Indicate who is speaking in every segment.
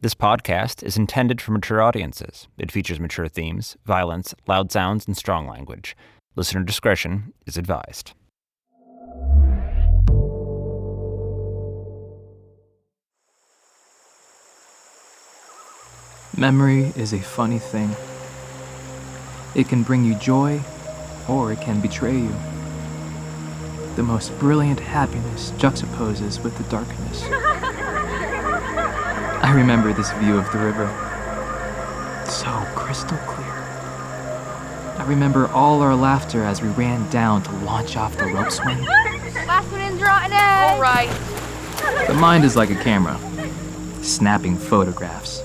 Speaker 1: This podcast is intended for mature audiences. It features mature themes, violence, loud sounds, and strong language. Listener discretion is advised.
Speaker 2: Memory is a funny thing. It can bring you joy, or it can betray you. The most brilliant happiness juxtaposes with the darkness. I remember this view of the river. So crystal clear. I remember all our laughter as we ran down to launch off the rope swing.
Speaker 3: Last one in draw an egg. All right.
Speaker 2: The mind is like a camera, snapping photographs.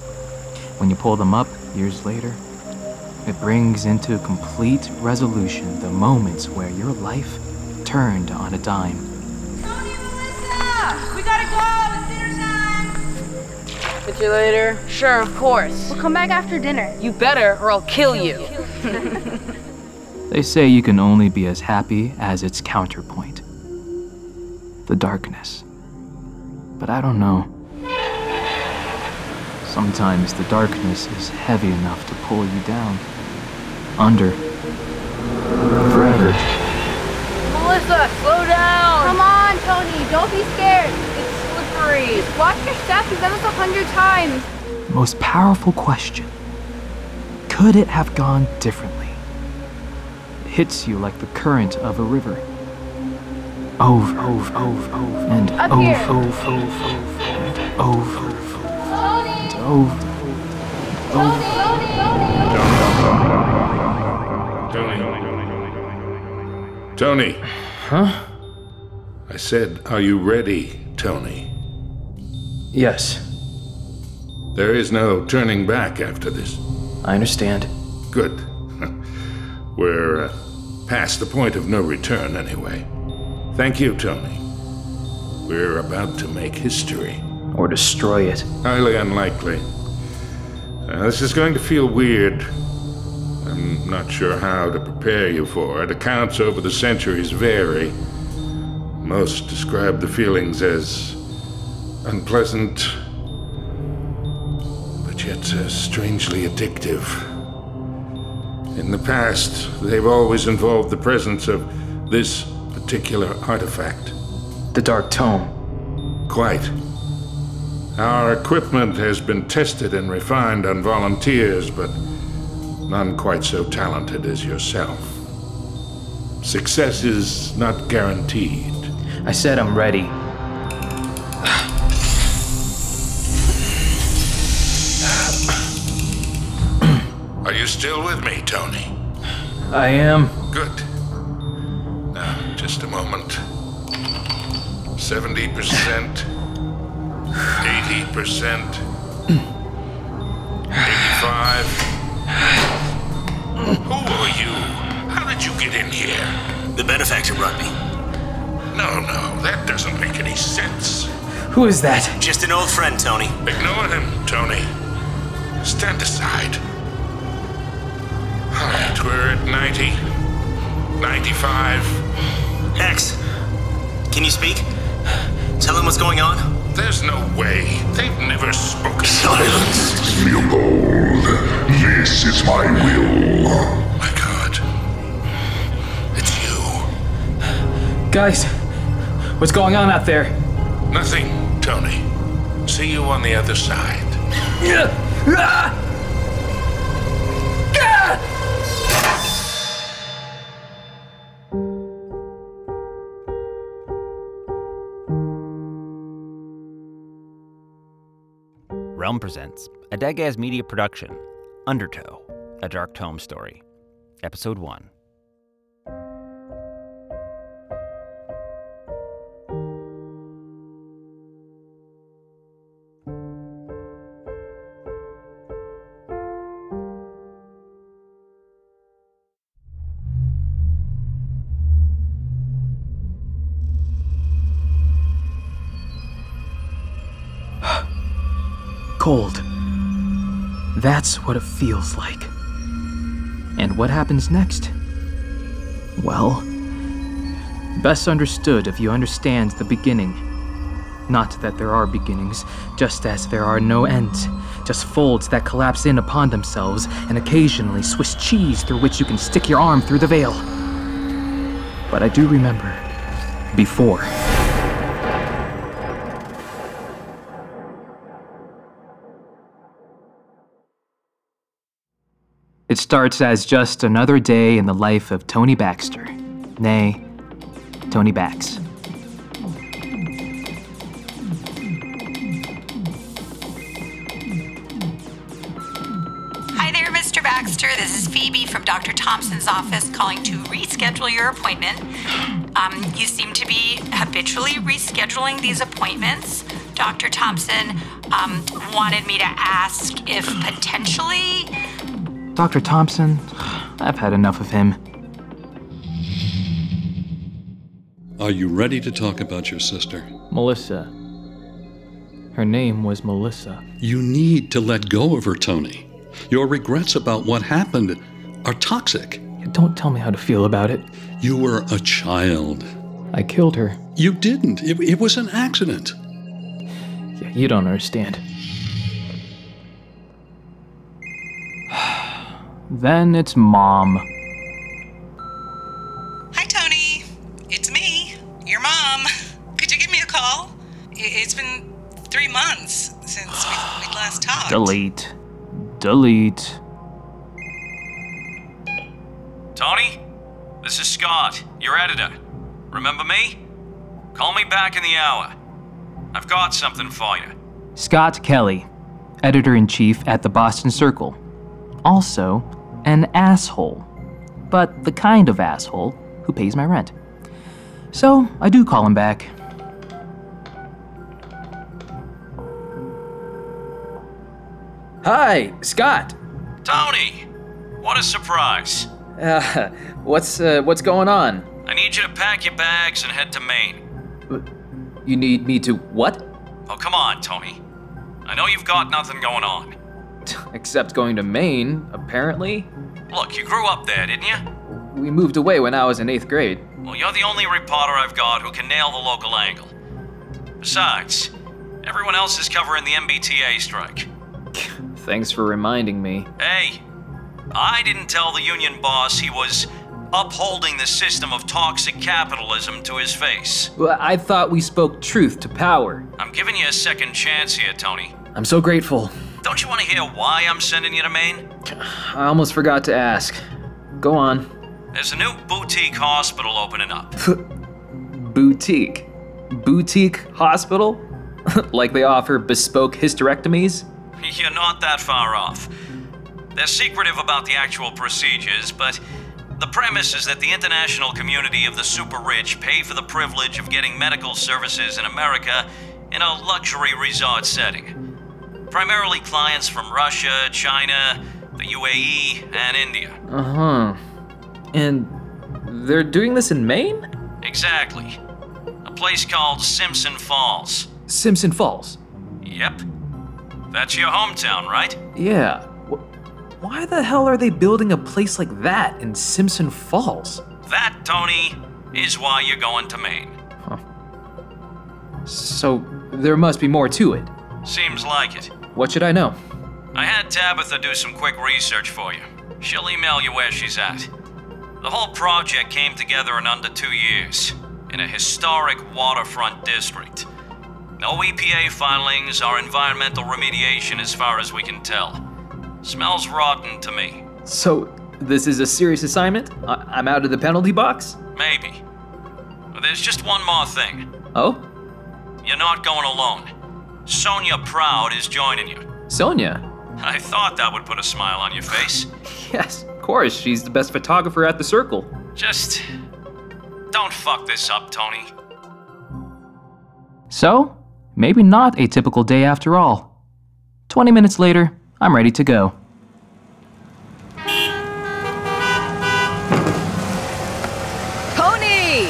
Speaker 2: When you pull them up years later, it brings into complete resolution the moments where your life turned on a dime.
Speaker 3: Don't even listen. We gotta go. It's dinner time.
Speaker 4: Catch you later. Sure, of course.
Speaker 3: We'll come back after dinner.
Speaker 4: You better, or I'll kill you.
Speaker 2: They say you can only be as happy as its counterpoint the darkness. But I don't know. Sometimes the darkness is heavy enough to pull you down. Under. Forever.
Speaker 4: Melissa, slow down.
Speaker 3: Come on, Tony. Don't be scared. It's slippery. Just watch your step. You've done this a hundred times.
Speaker 2: Most powerful question Could it have gone differently? It hits you like the current of a river. Over, over, over, over, and
Speaker 3: Up
Speaker 2: over,
Speaker 3: here.
Speaker 2: over, over, and over, and over.
Speaker 5: Tony. Tony. Huh? I said, are you ready, Tony?
Speaker 2: Yes,
Speaker 5: There is no turning back after this.
Speaker 2: I understand.
Speaker 5: Good. We're uh, past the point of no return, anyway. Thank you, Tony. We're about to make history.
Speaker 2: Or destroy it.
Speaker 5: Highly unlikely. Uh, this is going to feel weird. I'm not sure how to prepare you for it. Accounts over the centuries vary. Most describe the feelings as unpleasant, but yet uh, strangely addictive. In the past, they've always involved the presence of this particular artifact.
Speaker 2: The Dark Tome.
Speaker 5: Quite. Our equipment has been tested and refined on volunteers, but none quite so talented as yourself. Success is not guaranteed.
Speaker 2: I said I'm ready.
Speaker 5: Are you still with me, Tony?
Speaker 2: I am.
Speaker 5: Good. Now, just a moment. 70%, 80%, 85. Who are you? How did you get in here?
Speaker 6: The benefactor brought me.
Speaker 5: No, no, that doesn't make any sense.
Speaker 2: Who is that?
Speaker 6: Just an old friend, Tony.
Speaker 5: Ignore him, Tony. Stand aside. Since we're at 90, 95,
Speaker 6: Hex, can you speak? Tell them what's going on?
Speaker 5: there's no way. They've never spoken.
Speaker 6: Silence.
Speaker 7: Behold, this is my will.
Speaker 5: Oh My god. It's you.
Speaker 2: Guys, what's going on out there?
Speaker 5: Nothing, Tony. See you on the other side.
Speaker 1: Realm presents a Dagaz Media production, Undertow, a Dark Tome story, Episode 1.
Speaker 2: Cold. That's what it feels like. And what happens next? Well, best understood if you understand the beginning. Not that there are beginnings, just as there are no ends, just folds that collapse in upon themselves, and occasionally Swiss cheese through which you can stick your arm through the veil. But I do remember before. It starts as just another day in the life of Tony Baxter. Nay, Tony Bax.
Speaker 8: Hi there, Mr. Baxter. This is Phoebe from Dr. Thompson's office calling to reschedule your appointment. Um, you seem to be habitually rescheduling these appointments. Dr. Thompson um, wanted me to ask if potentially.
Speaker 2: Dr. Thompson, I've had enough of him.
Speaker 7: Are you ready to talk about your sister?
Speaker 2: Melissa. Her name was Melissa.
Speaker 7: You need to let go of her, Tony. Your regrets about what happened are toxic.
Speaker 2: Don't tell me how to feel about it.
Speaker 7: You were a child.
Speaker 2: I killed her.
Speaker 7: You didn't. It, it was an accident.
Speaker 2: Yeah, you don't understand. then it's mom.
Speaker 8: Hi, Tony. It's me, your mom. Could you give me a call? It's been three months since we, we last talked.
Speaker 2: Delete. Delete.
Speaker 9: Tony, this is Scott, your editor. Remember me? Call me back in the hour. I've got something for you.
Speaker 2: Scott Kelly, editor in chief at the Boston Circle. Also, an asshole. But the kind of asshole who pays my rent. So, I do call him back. Hi, Scott.
Speaker 9: Tony, what a surprise.
Speaker 2: Uh, what's uh, what's going on?
Speaker 9: I need you to pack your bags and head to Maine.
Speaker 2: You need me to what?
Speaker 9: Oh, come on, Tony. I know you've got nothing going on.
Speaker 2: Except going to Maine, apparently.
Speaker 9: Look, you grew up there, didn't you?
Speaker 2: We moved away when I was in 8th grade.
Speaker 9: Well, you're the only reporter I've got who can nail the local angle. Besides, everyone else is covering the MBTA strike.
Speaker 2: Thanks for reminding me.
Speaker 9: Hey, I didn't tell the union boss he was upholding the system of toxic capitalism to his face.
Speaker 2: Well, I thought we spoke truth to power.
Speaker 9: I'm giving you a second chance here, Tony.
Speaker 2: I'm so grateful.
Speaker 9: Don't you want to hear why I'm sending you to Maine?
Speaker 2: I almost forgot to ask. Go on.
Speaker 9: There's a new boutique hospital opening up.
Speaker 2: Boutique. Boutique hospital? like they offer bespoke hysterectomies?
Speaker 9: You're not that far off. They're secretive about the actual procedures, but the premise is that the international community of the super rich pay for the privilege of getting medical services in America in a luxury resort setting. Primarily clients from Russia, China, the UAE, and India.
Speaker 2: Uh huh. And they're doing this in Maine?
Speaker 9: Exactly. A place called Simpson Falls.
Speaker 2: Simpson Falls.
Speaker 9: Yep. That's your hometown, right?
Speaker 2: Yeah. Why the hell are they building a place like that in Simpson Falls?
Speaker 9: That, Tony, is why you're going to Maine.
Speaker 2: So there must be more to it.
Speaker 9: Seems like it.
Speaker 2: What should I know?
Speaker 9: I had Tabitha do some quick research for you. She'll email you where she's at. The whole project came together in under two years, in a historic waterfront district. No EPA filings or environmental remediation as far as we can tell. Smells rotten to me.
Speaker 2: So this is a serious assignment? I- I'm out of the penalty box?
Speaker 9: Maybe. But there's just one more thing.
Speaker 2: Oh,
Speaker 9: You're not going alone. Sonia Proud is joining you.
Speaker 2: Sonia.
Speaker 9: I thought that would put a smile on your face.
Speaker 2: Yes, of course, she's the best photographer at the circle.
Speaker 9: Just don't fuck this up, Tony.
Speaker 2: So, maybe not a typical day after all. 20 minutes later, I'm ready to go.
Speaker 10: Tony!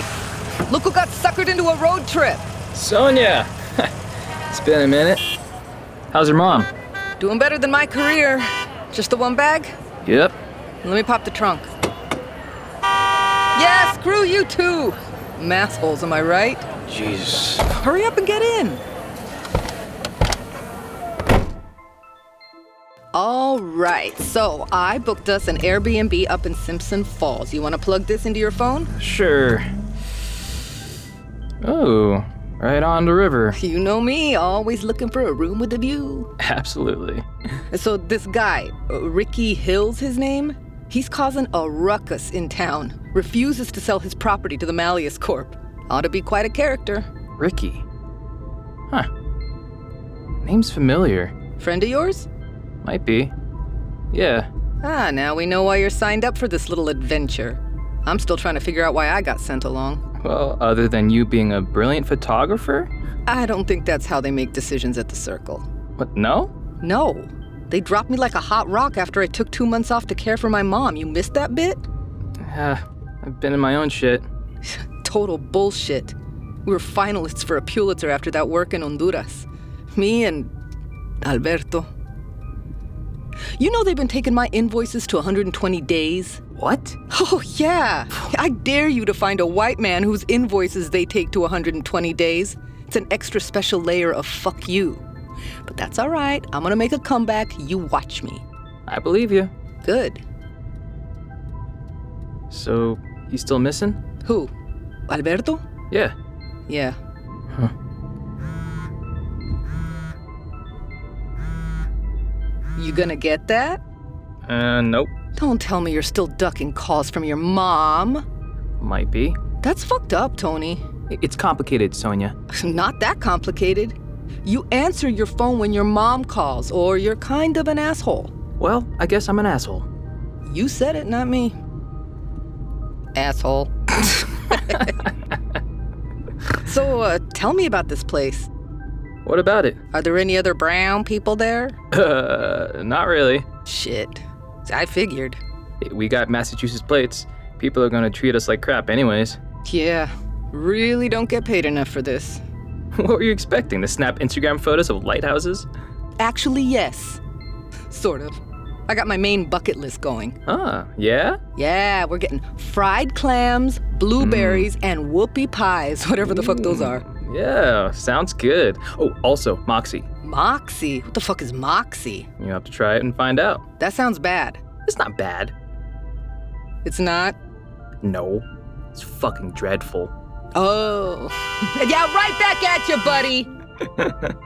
Speaker 10: Look who got suckered into a road trip.
Speaker 2: Sonia! it's been a minute. How's your mom?
Speaker 10: Doing better than my career. Just the one bag?
Speaker 2: Yep.
Speaker 10: Let me pop the trunk. Yeah, screw you too! Massholes, am I right?
Speaker 6: Jeez.
Speaker 10: Hurry up and get in! All right, so I booked us an Airbnb up in Simpson Falls. You want to plug this into your phone?
Speaker 2: Sure. Oh, right on the river.
Speaker 10: You know me, always looking for a room with a view.
Speaker 2: Absolutely.
Speaker 10: So this guy, uh, Ricky Hill's his name, he's causing a ruckus in town. Refuses to sell his property to the Malleus Corp. Ought to be quite a character.
Speaker 2: Ricky. Huh. Name's familiar.
Speaker 10: Friend of yours?
Speaker 2: Might be. Yeah.
Speaker 10: Ah, now we know why you're signed up for this little adventure. I'm still trying to figure out why I got sent along.
Speaker 2: Well, other than you being a brilliant photographer?
Speaker 10: I don't think that's how they make decisions at the circle.
Speaker 2: What, no?
Speaker 10: No. They dropped me like a hot rock after I took two months off to care for my mom. You missed that bit?
Speaker 2: Ah, I've been in my own shit.
Speaker 10: Total bullshit. We were finalists for a Pulitzer after that work in Honduras. Me and Alberto. You know they've been taking my invoices to 120 days?
Speaker 2: What?
Speaker 10: Oh, yeah. I dare you to find a white man whose invoices they take to 120 days. It's an extra special layer of fuck you. But that's all right. I'm gonna make a comeback. You watch me.
Speaker 2: I believe you.
Speaker 10: Good.
Speaker 2: So, you still missing?
Speaker 10: Who? Alberto?
Speaker 2: Yeah.
Speaker 10: Yeah.
Speaker 2: Huh.
Speaker 10: You gonna get that?
Speaker 2: Uh, nope.
Speaker 10: Don't tell me you're still ducking calls from your mom.
Speaker 2: Might be.
Speaker 10: That's fucked up, Tony.
Speaker 2: I- It's complicated, Sonia.
Speaker 10: Not that complicated. You answer your phone when your mom calls, or you're kind of an asshole.
Speaker 2: Well, I guess I'm an asshole.
Speaker 10: You said it, not me. Asshole. so, uh, tell me about this place.
Speaker 2: What about it?
Speaker 10: Are there any other brown people there?
Speaker 2: Uh, not really.
Speaker 10: Shit. I figured.
Speaker 2: We got Massachusetts plates. People are gonna treat us like crap, anyways.
Speaker 10: Yeah. Really don't get paid enough for this.
Speaker 2: What were you expecting? To snap Instagram photos of lighthouses?
Speaker 10: Actually, yes. Sort of. I got my main bucket list going.
Speaker 2: Ah, yeah?
Speaker 10: Yeah, we're getting fried clams, blueberries,
Speaker 2: Mm.
Speaker 10: and whoopie pies, whatever the fuck those are.
Speaker 2: Yeah, sounds good. Oh, also, Moxie.
Speaker 10: Moxie? What the fuck is Moxie?
Speaker 2: You have to try it and find out.
Speaker 10: That sounds bad.
Speaker 2: It's not bad.
Speaker 10: It's not?
Speaker 2: No. It's fucking dreadful.
Speaker 10: Oh. yeah, right back at you, buddy.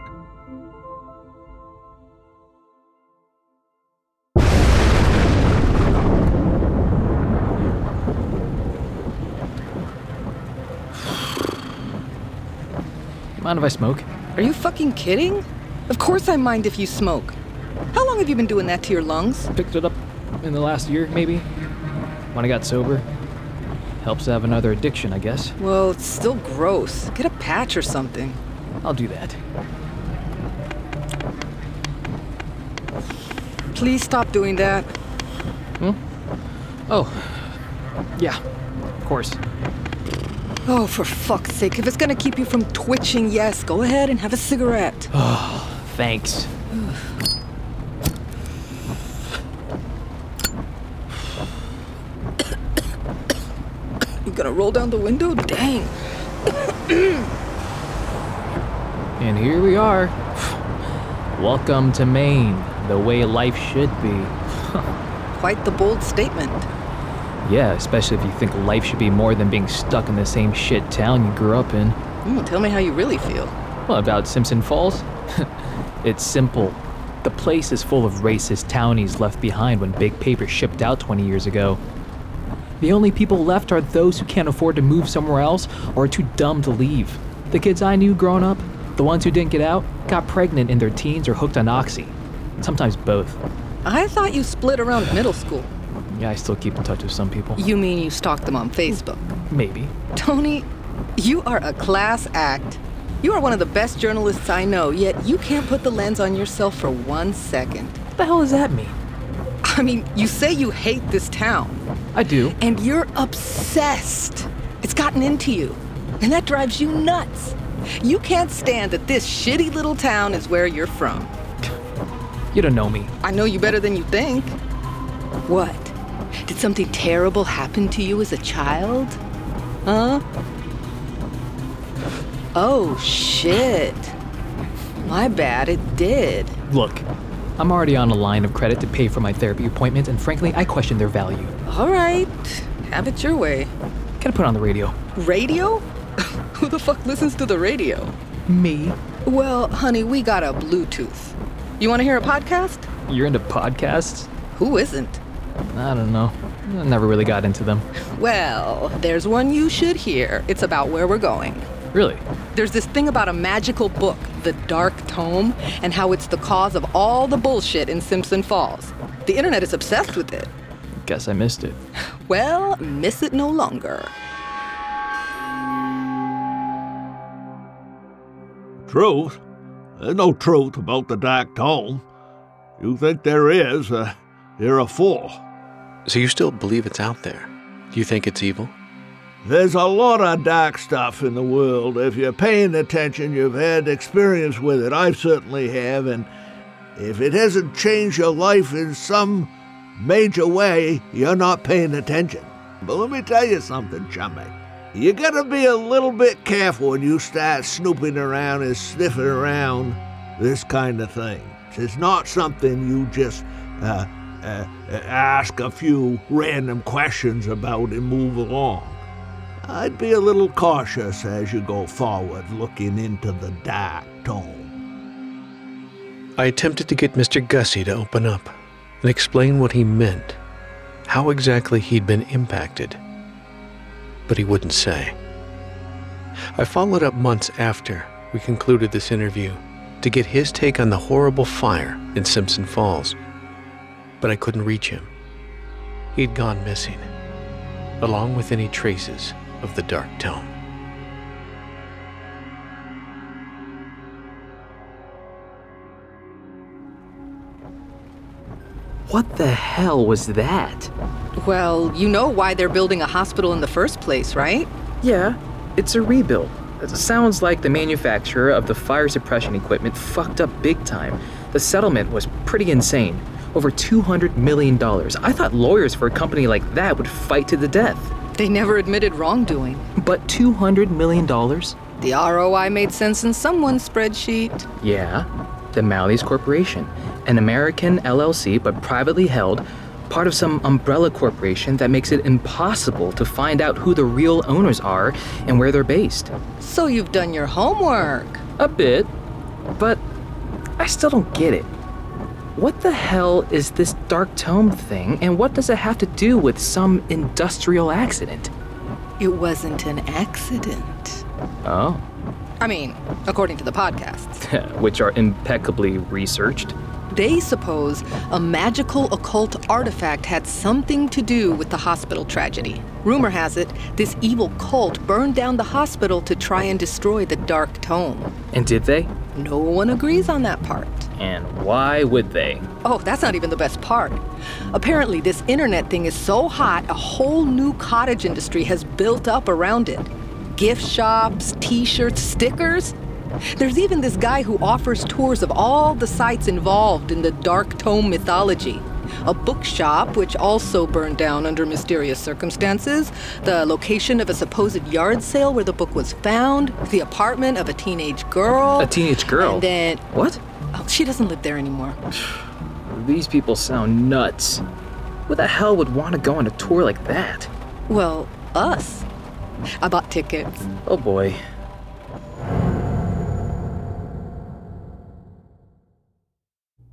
Speaker 2: Mind if I smoke?
Speaker 10: Are you fucking kidding? Of course I mind if you smoke. How long have you been doing that to your lungs?
Speaker 2: Picked it up in the last year, maybe. When I got sober. Helps to have another addiction, I guess.
Speaker 10: Well, it's still gross. Get a patch or something.
Speaker 2: I'll do that.
Speaker 10: Please stop doing that.
Speaker 2: Hmm? Oh. Yeah. Of course.
Speaker 10: Oh, for fuck's sake. If it's gonna keep you from twitching, yes, go ahead and have a cigarette.
Speaker 2: Oh, thanks.
Speaker 10: gonna roll down the window? Dang.
Speaker 2: And here we are. Welcome to Maine, the way life should be.
Speaker 10: Quite the bold statement.
Speaker 2: Yeah, especially if you think life should be more than being stuck in the same shit town you grew up in.
Speaker 10: Mm, tell me how you really feel.
Speaker 2: Well, about Simpson Falls? it's simple. The place is full of racist townies left behind when big paper shipped out 20 years ago. The only people left are those who can't afford to move somewhere else or are too dumb to leave. The kids I knew growing up, the ones who didn't get out, got pregnant in their teens or hooked on Oxy. Sometimes both.
Speaker 10: I thought you split around middle school.
Speaker 2: Yeah, I still keep in touch with some people.
Speaker 10: You mean you stalked them on Facebook?
Speaker 2: Maybe.
Speaker 10: Tony, you are a class act. You are one of the best journalists I know, yet you can't put the lens on yourself for one second.
Speaker 2: What the hell does that mean?
Speaker 10: I mean, you say you hate this town.
Speaker 2: I do.
Speaker 10: And you're obsessed. It's gotten into you. And that drives you nuts. You can't stand that this shitty little town is where you're from.
Speaker 2: You don't know me.
Speaker 10: I know you better than you think. What? Did something terrible happen to you as a child? Huh? Oh, shit. My bad, it did.
Speaker 2: Look, I'm already on a line of credit to pay for my therapy appointment, and frankly, I question their value.
Speaker 10: All right, have it your way.
Speaker 2: Gotta put on the radio.
Speaker 10: Radio? Who the fuck listens to the radio?
Speaker 2: Me.
Speaker 10: Well, honey, we got a Bluetooth. You wanna hear a podcast?
Speaker 2: You're into podcasts?
Speaker 10: Who isn't?
Speaker 2: I don't know. I never really got into them.
Speaker 10: Well, there's one you should hear. It's about where we're going.
Speaker 2: Really?
Speaker 10: There's this thing about a magical book, The Dark Tome, and how it's the cause of all the bullshit in Simpson Falls. The internet is obsessed with it.
Speaker 2: Guess I missed it.
Speaker 10: Well, miss it no longer.
Speaker 11: Truth? There's no truth about the Dark Tome. You think there is, uh, you're a fool.
Speaker 12: So you still believe it's out there? You think it's evil?
Speaker 11: There's a lot of dark stuff in the world. If you're paying attention, you've had experience with it. I certainly have, and if it hasn't changed your life in some major way, you're not paying attention. But let me tell you something, chummy. You gotta be a little bit careful when you start snooping around and sniffing around this kind of thing. It's not something you just uh, uh, ask a few random questions about and move along. I'd be a little cautious as you go forward looking into the dark tome.
Speaker 12: I attempted to get Mr. Gussie to open up and explain what he meant, how exactly he'd been impacted. But he wouldn't say. I followed up months after we concluded this interview to get his take on the horrible fire in Simpson Falls, but I couldn't reach him. He'd gone missing, along with any traces of the Dark Tome.
Speaker 2: What the hell was that?
Speaker 10: Well, you know why they're building a hospital in the first place, right?
Speaker 2: Yeah, it's a rebuild. It sounds like the manufacturer of the fire suppression equipment fucked up big time. The settlement was pretty insane. Over $200 million. I thought lawyers for a company like that would fight to the death.
Speaker 10: They never admitted wrongdoing.
Speaker 2: But $200 million?
Speaker 10: The ROI made sense in someone's spreadsheet.
Speaker 2: Yeah. The Malleys Corporation, an American LLC but privately held, part of some umbrella corporation that makes it impossible to find out who the real owners are and where they're based.
Speaker 10: So you've done your homework.
Speaker 2: A bit. But I still don't get it. What the hell is this dark tome thing, and what does it have to do with some industrial accident?
Speaker 10: It wasn't an accident.
Speaker 2: Oh.
Speaker 10: I mean, according to the podcasts,
Speaker 2: which are impeccably researched.
Speaker 10: They suppose a magical occult artifact had something to do with the hospital tragedy. Rumor has it, this evil cult burned down the hospital to try and destroy the Dark Tome.
Speaker 2: And did they?
Speaker 10: No one agrees on that part.
Speaker 2: And why would they?
Speaker 10: Oh, that's not even the best part. Apparently, this internet thing is so hot, a whole new cottage industry has built up around it gift shops, t shirts, stickers. There's even this guy who offers tours of all the sites involved in the Dark Tome mythology. a bookshop, which also burned down under mysterious circumstances, the location of a supposed yard sale where the book was found, the apartment of a teenage girl.
Speaker 2: A teenage girl?
Speaker 10: And then.
Speaker 2: What?
Speaker 10: Oh, she doesn't live there anymore.
Speaker 2: These people sound nuts. Who the hell would want to go on a tour like that?
Speaker 10: Well, us. I bought tickets.
Speaker 2: Oh boy.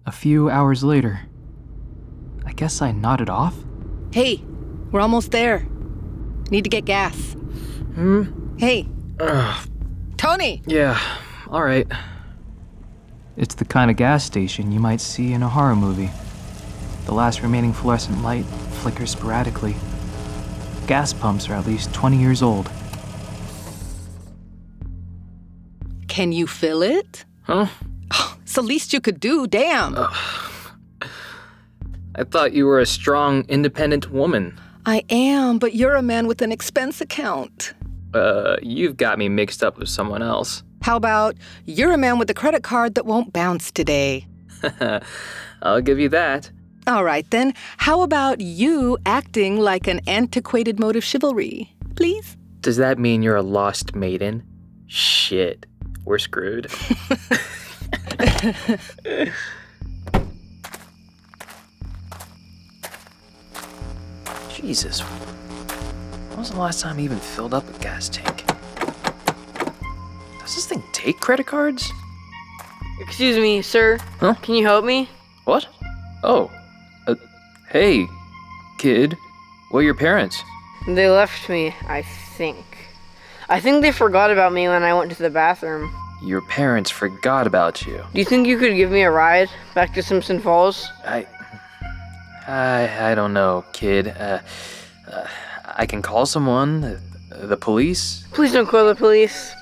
Speaker 2: A few hours later, I guess I nodded off?
Speaker 10: Hey, we're almost there. Need to get gas.
Speaker 2: Hmm?
Speaker 10: Hey,
Speaker 2: Ugh,
Speaker 10: Tony!
Speaker 2: yeah, alright. It's the kind of gas station you might see in a horror movie. The last remaining fluorescent light flickers sporadically. Gas pumps are at least 20 years old.
Speaker 10: Can you fill it?
Speaker 2: Huh?
Speaker 10: It's the least you could do, damn.
Speaker 2: I thought you were a strong, independent woman.
Speaker 10: I am, but you're a man with an expense account.
Speaker 2: Uh, you've got me mixed up with someone else.
Speaker 10: How about you're a man with a credit card that won't bounce today?
Speaker 2: I'll give you that.
Speaker 10: All right, then. How about you acting like an antiquated mode of chivalry, please?
Speaker 2: Does that mean you're a lost maiden? Shit, we're screwed. Jesus, when was the last time you even filled up a gas tank? Does this thing take credit cards?
Speaker 4: Excuse me, sir.
Speaker 2: Huh?
Speaker 4: Can you help me?
Speaker 2: What? Oh, uh, hey, kid, where are your parents?
Speaker 4: They left me, I think. I think they forgot about me when I went to the bathroom.
Speaker 2: Your parents forgot about you.
Speaker 4: Do you think you could give me a ride back to Simpson Falls?
Speaker 2: I, I, I don't know, kid. Uh, uh, I can call someone, uh, the police.
Speaker 4: Please don't call the police.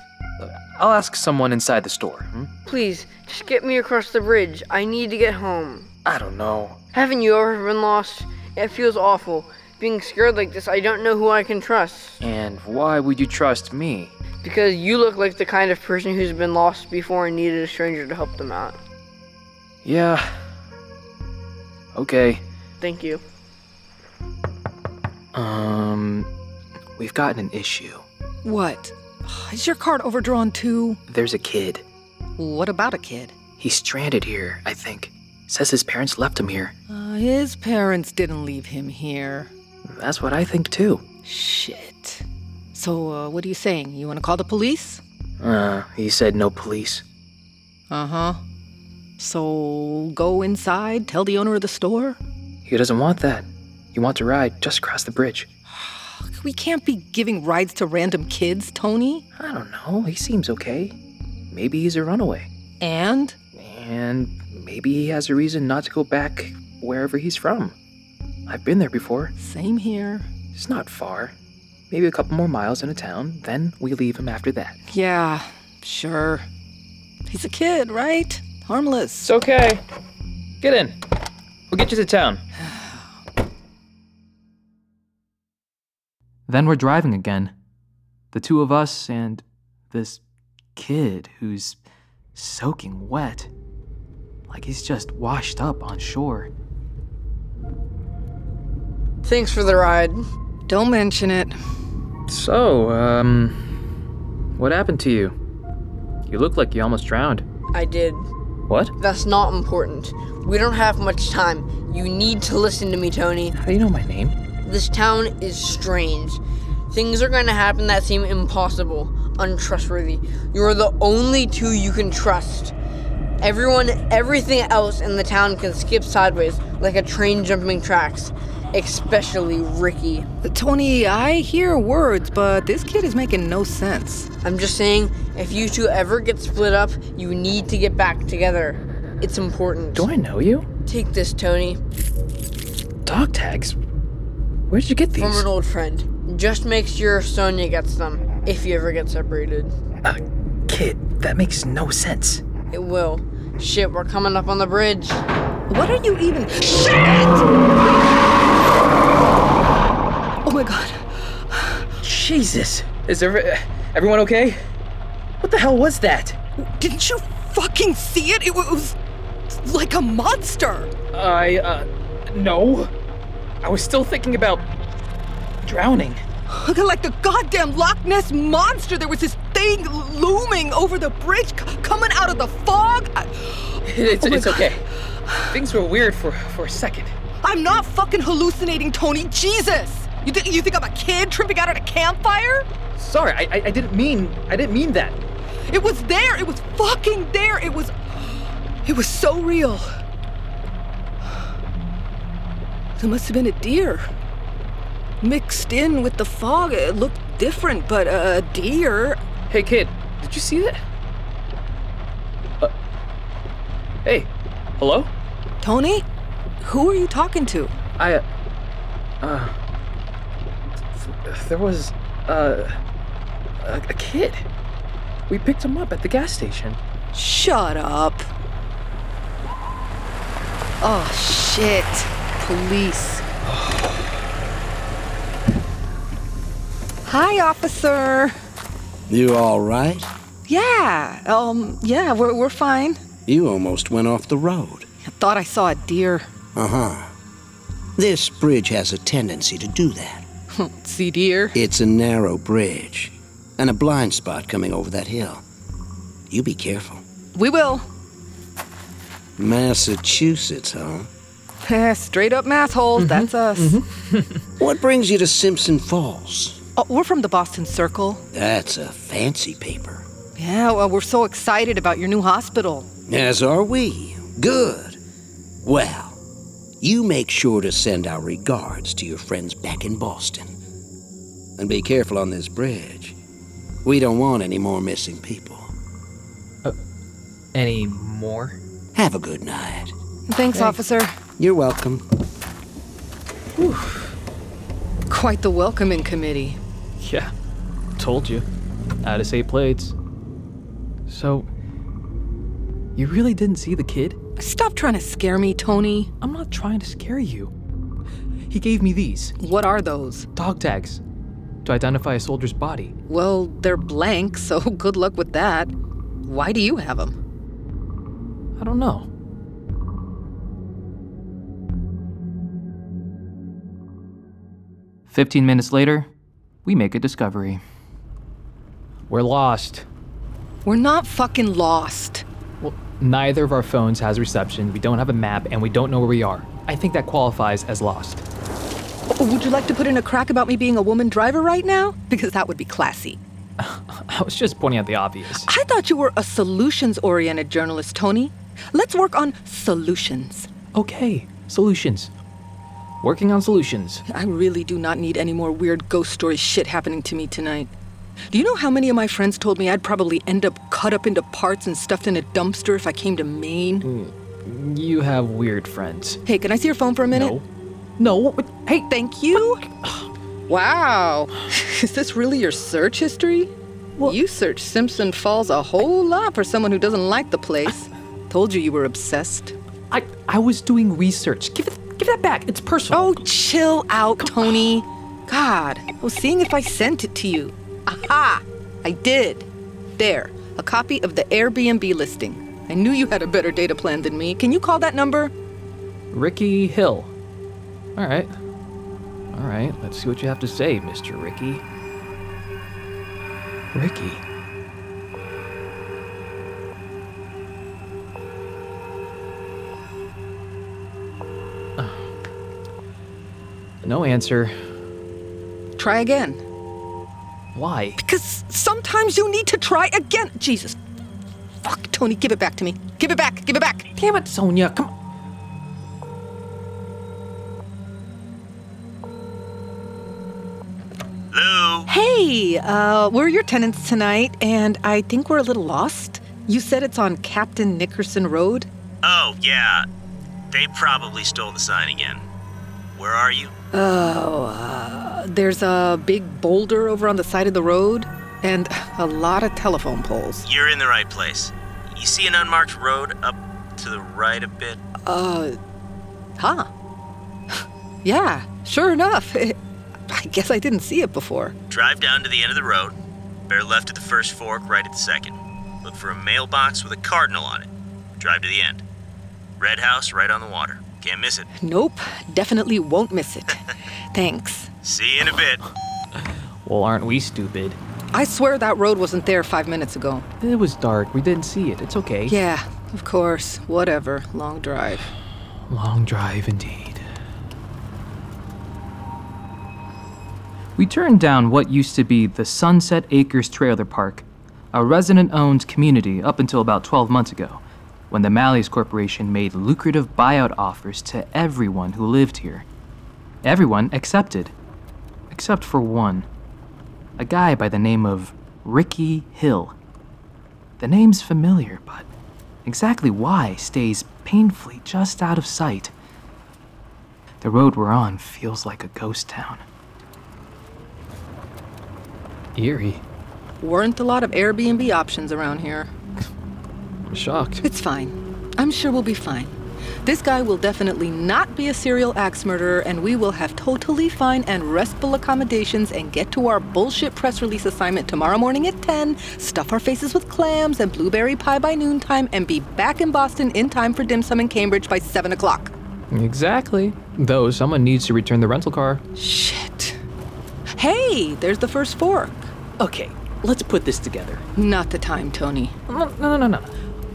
Speaker 2: I'll ask someone inside the store. hmm?
Speaker 4: Please, just get me across the bridge. I need to get home.
Speaker 2: I don't know.
Speaker 4: Haven't you ever been lost? It feels awful. Being scared like this, I don't know who I can trust.
Speaker 2: And why would you trust me?
Speaker 4: Because you look like the kind of person who's been lost before and needed a stranger to help them out.
Speaker 2: Yeah. Okay.
Speaker 4: Thank you.
Speaker 2: Um, we've gotten an issue.
Speaker 10: What? Is your card overdrawn too?
Speaker 2: There's a kid.
Speaker 10: What about a kid?
Speaker 2: He's stranded here, I think. Says his parents left him here.
Speaker 10: Uh, his parents didn't leave him here.
Speaker 2: That's what I think too.
Speaker 10: Shit. So, uh, what are you saying? You want to call the police?
Speaker 2: Uh, he said no police.
Speaker 10: Uh huh. So, go inside, tell the owner of the store?
Speaker 2: He doesn't want that. You want to ride just across the bridge.
Speaker 10: We can't be giving rides to random kids, Tony.
Speaker 2: I don't know. He seems okay. Maybe he's a runaway.
Speaker 10: And?
Speaker 2: And maybe he has a reason not to go back wherever he's from. I've been there before.
Speaker 10: Same here.
Speaker 2: It's not far. Maybe a couple more miles in a town, then we leave him after that.
Speaker 10: Yeah, sure. He's a kid, right? Harmless.
Speaker 2: It's okay. Get in. We'll get you to town. then we're driving again. The two of us and this kid who's soaking wet. Like he's just washed up on shore.
Speaker 4: Thanks for the ride.
Speaker 10: Don't mention it.
Speaker 2: So, um, what happened to you? You look like you almost drowned.
Speaker 4: I did.
Speaker 2: What?
Speaker 4: That's not important. We don't have much time. You need to listen to me, Tony.
Speaker 2: How do Oh, you know my name?
Speaker 4: This town is strange. Things are going to happen that seem impossible, untrustworthy. You're the only two you can trust. Everyone, everything else in the town can skip sideways like a train jumping tracks, especially Ricky.
Speaker 10: Tony, I hear words, but this kid is making no sense.
Speaker 4: I'm just saying, if you two ever get split up, you need to get back together. It's important.
Speaker 2: Do I know you?
Speaker 4: Take this, Tony,
Speaker 2: Dog tags? Where'd you get
Speaker 4: from
Speaker 2: these?
Speaker 4: an old friend. Just make sure Sonia gets them, if you ever get separated.
Speaker 10: Uh.
Speaker 2: Kid, that makes no sense.
Speaker 4: It will. Shit, we're coming up on the bridge.
Speaker 10: What are you even. Shit! Oh my god.
Speaker 2: Jesus. Is every, everyone okay? What the hell was that?
Speaker 10: Didn't you fucking see it? It was like a monster.
Speaker 2: I, uh,
Speaker 13: No. I was still thinking about drowning.
Speaker 10: Like the goddamn Loch Ness monster, there was this thing looming over the bridge, c- coming out of the fog. I-
Speaker 13: It's,
Speaker 10: Oh my
Speaker 13: it's
Speaker 10: God.
Speaker 13: okay. Things were weird for, for a second.
Speaker 10: I'm not fucking hallucinating, Tony. Jesus! You think you think I'm a kid tripping out at a campfire?
Speaker 13: Sorry, I, I I didn't mean I didn't mean that.
Speaker 10: It was there. It was fucking there. It was. It was so real. There must have been a deer. Mixed in with the fog, it looked different, but uh, a deer.
Speaker 13: Hey, kid, did you see that? Uh, Hey, hello?
Speaker 10: Tony? Who are you talking to?
Speaker 13: I. Uh. uh th- there was. Uh. A, a kid. We picked him up at the gas station.
Speaker 10: Shut up. Oh, shit. Police. Hi, officer.
Speaker 14: You all right?
Speaker 10: Yeah, um, yeah, we're, we're fine.
Speaker 14: You almost went off the road.
Speaker 10: I thought I saw a deer.
Speaker 14: Uh huh. This bridge has a tendency to do that.
Speaker 10: See deer?
Speaker 14: It's a narrow bridge and a blind spot coming over that hill. You be careful.
Speaker 10: We will.
Speaker 14: Massachusetts, huh?
Speaker 10: Straight up math
Speaker 15: Mm-hmm.
Speaker 10: holes, that's us.
Speaker 14: What brings you to Simpson Falls?
Speaker 10: Oh, we're from the Boston Circle.
Speaker 14: That's a fancy paper.
Speaker 10: Yeah, well, we're so excited about your new hospital.
Speaker 14: As are we. Good. Well, you make sure to send our regards to your friends back in Boston. And be careful on this bridge. We don't want any more missing people.
Speaker 13: Uh, Any more?
Speaker 14: Have a good night.
Speaker 10: Thanks, officer.
Speaker 14: You're welcome.
Speaker 10: Quite the welcoming committee.
Speaker 15: Yeah, told you. Out of state plates. So, you really didn't see the kid?
Speaker 10: Stop trying to scare me, Tony.
Speaker 15: I'm not trying to scare you. He gave me these
Speaker 10: What are those?
Speaker 15: dog tags to identify a soldier's body.
Speaker 10: Well, they're blank, so good luck with that. Why do you have them?
Speaker 15: I don't know.
Speaker 2: Fifteen minutes later, we make a discovery.
Speaker 15: We're lost.
Speaker 10: We're not fucking lost.
Speaker 15: Neither of our phones has reception, we don't have a map, and we don't know where we are. I think that qualifies as lost.
Speaker 10: Oh, would you like to put in a crack about me being a woman driver right now? Because that would be classy.
Speaker 15: I was just pointing out the obvious.
Speaker 10: I thought you were a solutions oriented journalist, Tony. Let's work on solutions.
Speaker 15: Okay, solutions. Working on solutions.
Speaker 10: I really do not need any more weird ghost story shit happening to me tonight. Do you know how many of my friends told me I'd probably end up cut up into parts and stuffed in a dumpster if I came to Maine?
Speaker 15: You have weird friends.
Speaker 10: Hey, can I see your phone for a minute?
Speaker 15: No. No.
Speaker 10: Hey, thank you. Wow. Is this really your search history? You searched Simpson Falls a whole lot for someone who doesn't like the place. Told you you were obsessed.
Speaker 15: I I was doing research. Give it give that back. It's personal.
Speaker 10: Oh, chill out, Tony. God, I was seeing if I sent it to you. Aha! I did. There, a copy of the Airbnb listing. I knew you had a better data plan than me. Can you call that number?
Speaker 15: Ricky Hill. All right. All right. Let's see what you have to say, Mr. Ricky. Ricky. No answer.
Speaker 10: Try again.
Speaker 15: Why?
Speaker 10: Because sometimes you need to try again. Jesus. Fuck, Tony, give it back to me. Give it back. Give it back.
Speaker 15: Damn it, Sonia. Come on.
Speaker 10: Hey, uh, we're your tenants tonight, and I think we're a little lost. You said it's on Captain Nickerson Road.
Speaker 6: Oh, yeah. They probably stole the sign again. Where are you?
Speaker 10: Oh, uh, there's a big boulder over on the side of the road and a lot of telephone poles.
Speaker 6: You're in the right place. You see an unmarked road up to the right a bit?
Speaker 10: Uh, huh. yeah, sure enough. I guess I didn't see it before.
Speaker 6: Drive down to the end of the road. Bear left at the first fork, right at the second. Look for a mailbox with a cardinal on it. Drive to the end. Red house right on the water. Can't miss it.
Speaker 10: Nope, definitely won't miss it. Thanks.
Speaker 6: See you in a bit.
Speaker 15: Well, aren't we stupid?
Speaker 10: I swear that road wasn't there five minutes ago.
Speaker 15: It was dark. We didn't see it. It's okay.
Speaker 10: Yeah, of course. Whatever. Long drive.
Speaker 15: Long drive indeed.
Speaker 2: We turned down what used to be the Sunset Acres Trailer Park, a resident owned community up until about 12 months ago, when the Malleys Corporation made lucrative buyout offers to everyone who lived here. Everyone accepted, except for one a guy by the name of Ricky Hill. The name's familiar, but exactly why stays painfully just out of sight. The road we're on feels like a ghost town.
Speaker 15: Eerie.
Speaker 10: Weren't a lot of Airbnb options around here.
Speaker 15: I'm shocked.
Speaker 10: It's fine. I'm sure we'll be fine. This guy will definitely not be a serial axe murderer, and we will have totally fine and restful accommodations and get to our bullshit press release assignment tomorrow morning at 10, stuff our faces with clams and blueberry pie by noontime, and be back in Boston in time for dim sum in Cambridge by 7 o'clock.
Speaker 15: Exactly. Though someone needs to return the rental car.
Speaker 10: Shit. Hey, there's the first fork.
Speaker 16: Okay, let's put this together.
Speaker 10: Not the time, Tony.
Speaker 16: No, no, no, no.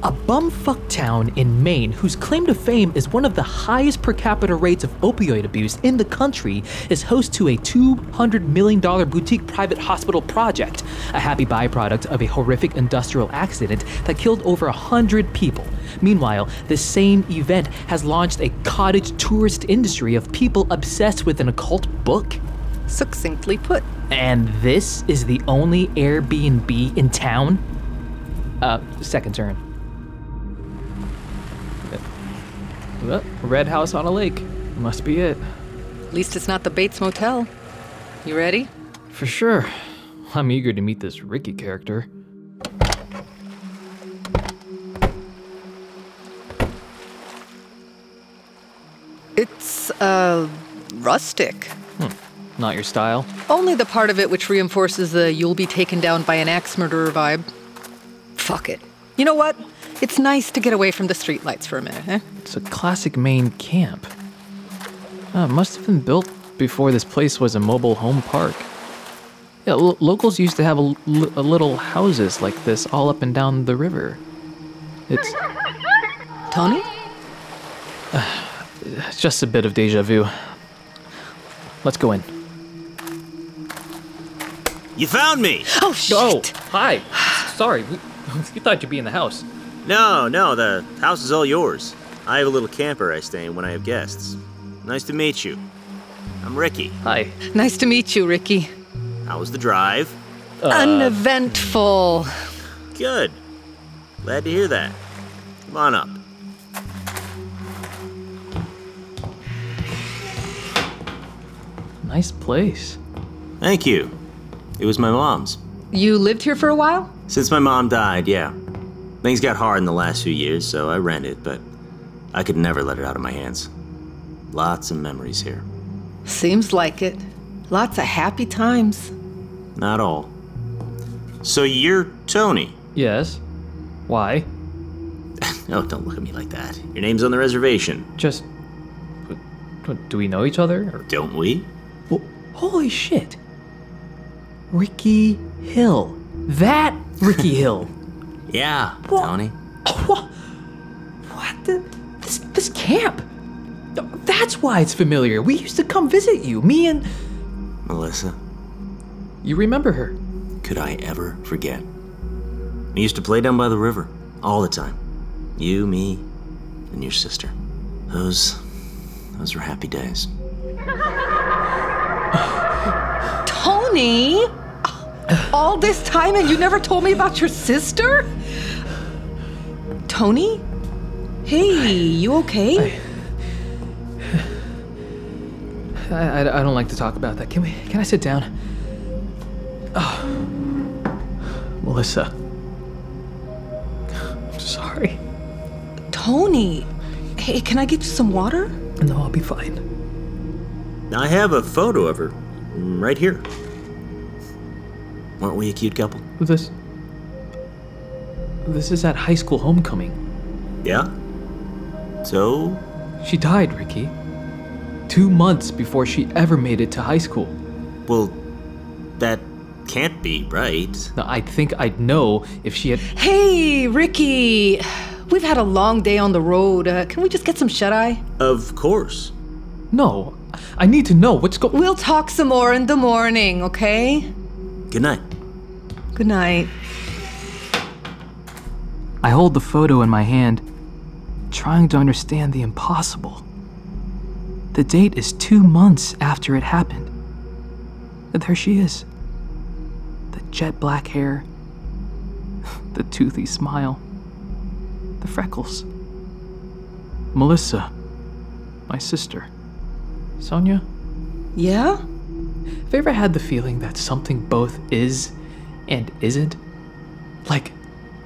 Speaker 16: A bumfuck town in Maine whose claim to fame is one of the highest per capita rates of opioid abuse in the country is host to a $200 million boutique private hospital project, a happy byproduct of a horrific industrial accident that killed over 100 people. Meanwhile, this same event has launched a cottage tourist industry of people obsessed with an occult book.
Speaker 10: Succinctly put.
Speaker 16: And this is the only Airbnb in town? Uh, second turn.
Speaker 15: Uh, Red house on a lake. Must be it.
Speaker 10: At least it's not the Bates Motel. You ready?
Speaker 15: For sure. I'm eager to meet this Ricky character.
Speaker 10: It's, uh, rustic.
Speaker 15: Hmm. Not your style.
Speaker 10: Only the part of it which reinforces the you'll be taken down by an axe murderer vibe. Fuck it. You know what? It's nice to get away from the streetlights for a minute, eh?
Speaker 15: It's a classic Maine camp. Uh, must have been built before this place was a mobile home park. Yeah, lo- locals used to have a, l- a little houses like this all up and down the river. It's.
Speaker 10: Tony?
Speaker 15: Uh, just a bit of deja vu. Let's go in.
Speaker 6: You found me!
Speaker 10: Oh, shit! Oh,
Speaker 15: hi! Sorry, we, we thought you'd be in the house.
Speaker 6: No, no, the house is all yours. I have a little camper I stay in when I have guests. Nice to meet you. I'm Ricky.
Speaker 15: Hi.
Speaker 10: Nice to meet you, Ricky.
Speaker 6: How was the drive?
Speaker 10: Uh, Uneventful.
Speaker 6: Good. Glad to hear that. Come on up.
Speaker 15: Nice place.
Speaker 6: Thank you. It was my mom's.
Speaker 10: You lived here for a while?
Speaker 6: Since my mom died, yeah. Things got hard in the last few years, so I rented, but I could never let it out of my hands. Lots of memories here.
Speaker 10: Seems like it. Lots of happy times.
Speaker 6: Not all. So you're Tony?
Speaker 15: Yes. Why?
Speaker 6: no, Oh, don't look at me like that. Your name's on the reservation.
Speaker 15: Just. Do we know each other? Or...
Speaker 6: Don't we?
Speaker 16: Well, holy shit. Ricky Hill. That Ricky Hill.
Speaker 6: Yeah, what? Tony.
Speaker 16: What? What the? This, this camp. That's why it's familiar. We used to come visit you, me and.
Speaker 6: Melissa.
Speaker 15: You remember her.
Speaker 6: Could I ever forget? We used to play down by the river all the time. You, me, and your sister. Those. those were happy days.
Speaker 10: Tony! all this time and you never told me about your sister? Tony? Hey, you okay?
Speaker 15: I, I, I, don't like to talk about that. Can we? Can I sit down? Oh, Melissa. I'm sorry.
Speaker 10: Tony, hey, can I get you some water?
Speaker 15: No, I'll be fine.
Speaker 6: I have a photo of her mm, right here. Weren't we a cute couple?
Speaker 15: This. This is at high school homecoming.
Speaker 6: Yeah? So,
Speaker 15: She died, Ricky. Two months before she ever made it to high school.
Speaker 6: Well, that can't be right.
Speaker 15: I think I'd know if she had.
Speaker 10: Hey, Ricky! We've had a long day on the road. Uh, can we just get some shut eye?
Speaker 6: Of course.
Speaker 15: No, I need to know what's going.
Speaker 10: We'll talk some more in the morning, okay?
Speaker 6: Good night.
Speaker 10: Good night.
Speaker 15: I hold the photo in my hand, trying to understand the impossible. The date is two months after it happened. And there she is. The jet black hair, the toothy smile, the freckles. Melissa, my sister. Sonia?
Speaker 10: Yeah?
Speaker 15: Have you ever had the feeling that something both is and isn't? Like,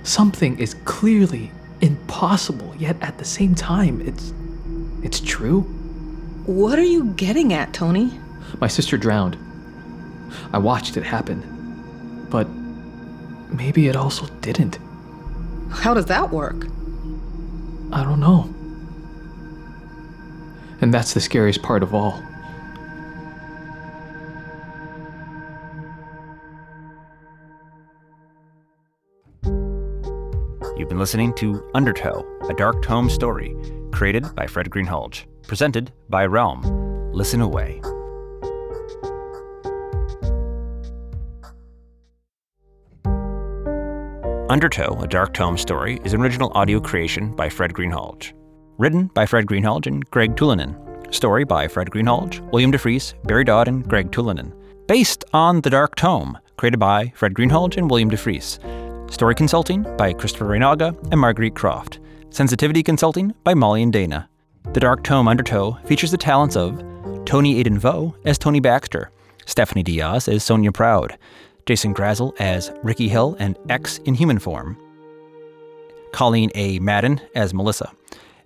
Speaker 15: something is clearly impossible, yet at the same time, it's. it's true?
Speaker 10: What are you getting at, Tony?
Speaker 15: My sister drowned. I watched it happen. But maybe it also didn't.
Speaker 10: How does that work?
Speaker 15: I don't know. And that's the scariest part of all.
Speaker 1: You've been listening to Undertow, a dark tome story, created by Fred Greenhalgh, presented by Realm. Listen away. Undertow, a dark tome story, is an original audio creation by Fred Greenhalgh. Written by Fred Greenhalgh and Greg Tulinen. Story by Fred Greenhalgh, William DeFries, Barry Dodd, and Greg Tulinen. Based on The Dark Tome, created by Fred Greenhalgh and William DeFries. Story consulting by Christopher Reynaga and Marguerite Croft. Sensitivity consulting by Molly and Dana. The Dark Tome Undertow features the talents of Tony Aiden Vo as Tony Baxter, Stephanie Diaz as Sonia Proud, Jason Grazel as Ricky Hill and X in human form, Colleen A. Madden as Melissa,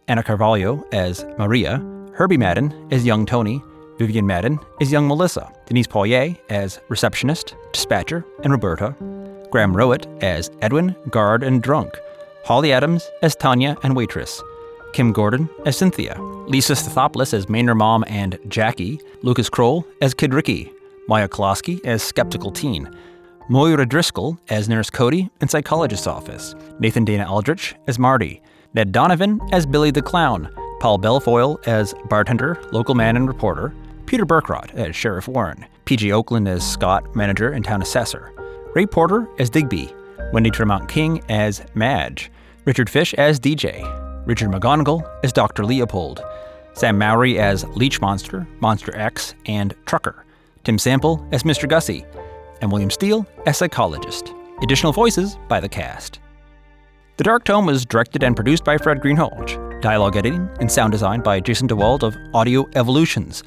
Speaker 1: Anna Carvalho as Maria, Herbie Madden as young Tony, Vivian Madden as young Melissa, Denise Poirier as receptionist, dispatcher, and Roberta, Graham Rowett as Edwin, guard, and drunk, Holly Adams as Tanya and waitress, Kim Gordon as Cynthia, Lisa Stathopoulos as Maynard Mom and Jackie, Lucas Kroll as Kid Ricky, Maya Kolosky as Skeptical Teen, Moira Driscoll as Nurse Cody and Psychologist's Office, Nathan Dana Aldrich as Marty, Ned Donovan as Billy the Clown, Paul Belfoyle as Bartender, Local Man and Reporter, Peter Burkrot as Sheriff Warren, P.G. Oakland as Scott, Manager and Town Assessor, Ray Porter as Digby, Wendy Tremont King as Madge, Richard Fish as DJ, Richard McGonigal as Dr. Leopold, Sam Mowry as Leech Monster, Monster X, and Trucker, Tim Sample as Mr. Gussie, and William Steele as Psychologist. Additional voices by the cast. The Dark Tome was directed and produced by Fred Greenhalgh. Dialogue editing and sound design by Jason DeWald of Audio Evolutions,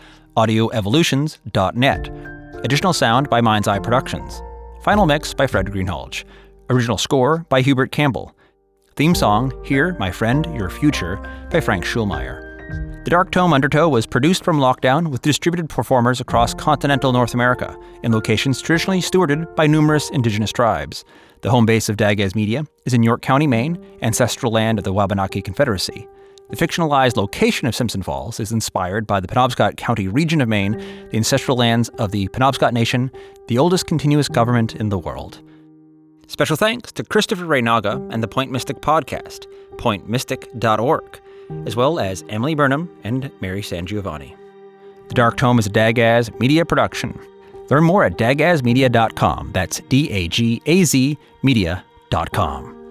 Speaker 1: audioevolutions.net. Additional sound by Mind's Eye Productions. Final mix by Fred Greenhalgh. Original score by Hubert Campbell. Theme song Here, My Friend, Your Future by Frank Schulmeyer. The Dark Tome Undertow was produced from lockdown with distributed performers across continental North America in locations traditionally stewarded by numerous indigenous tribes. The home base of Dagaz Media is in York County, Maine, ancestral land of the Wabanaki Confederacy. The fictionalized location of Simpson Falls is inspired by the Penobscot County region of Maine, the ancestral lands of the Penobscot Nation, the oldest continuous government in the world. Special thanks to Christopher Reynaga and the Point Mystic podcast, pointmystic.org, as well as Emily Burnham and Mary San Giovanni. The Dark Tome is a Dagaz media production. Learn more at dagazmedia.com. That's D A G A Z media.com.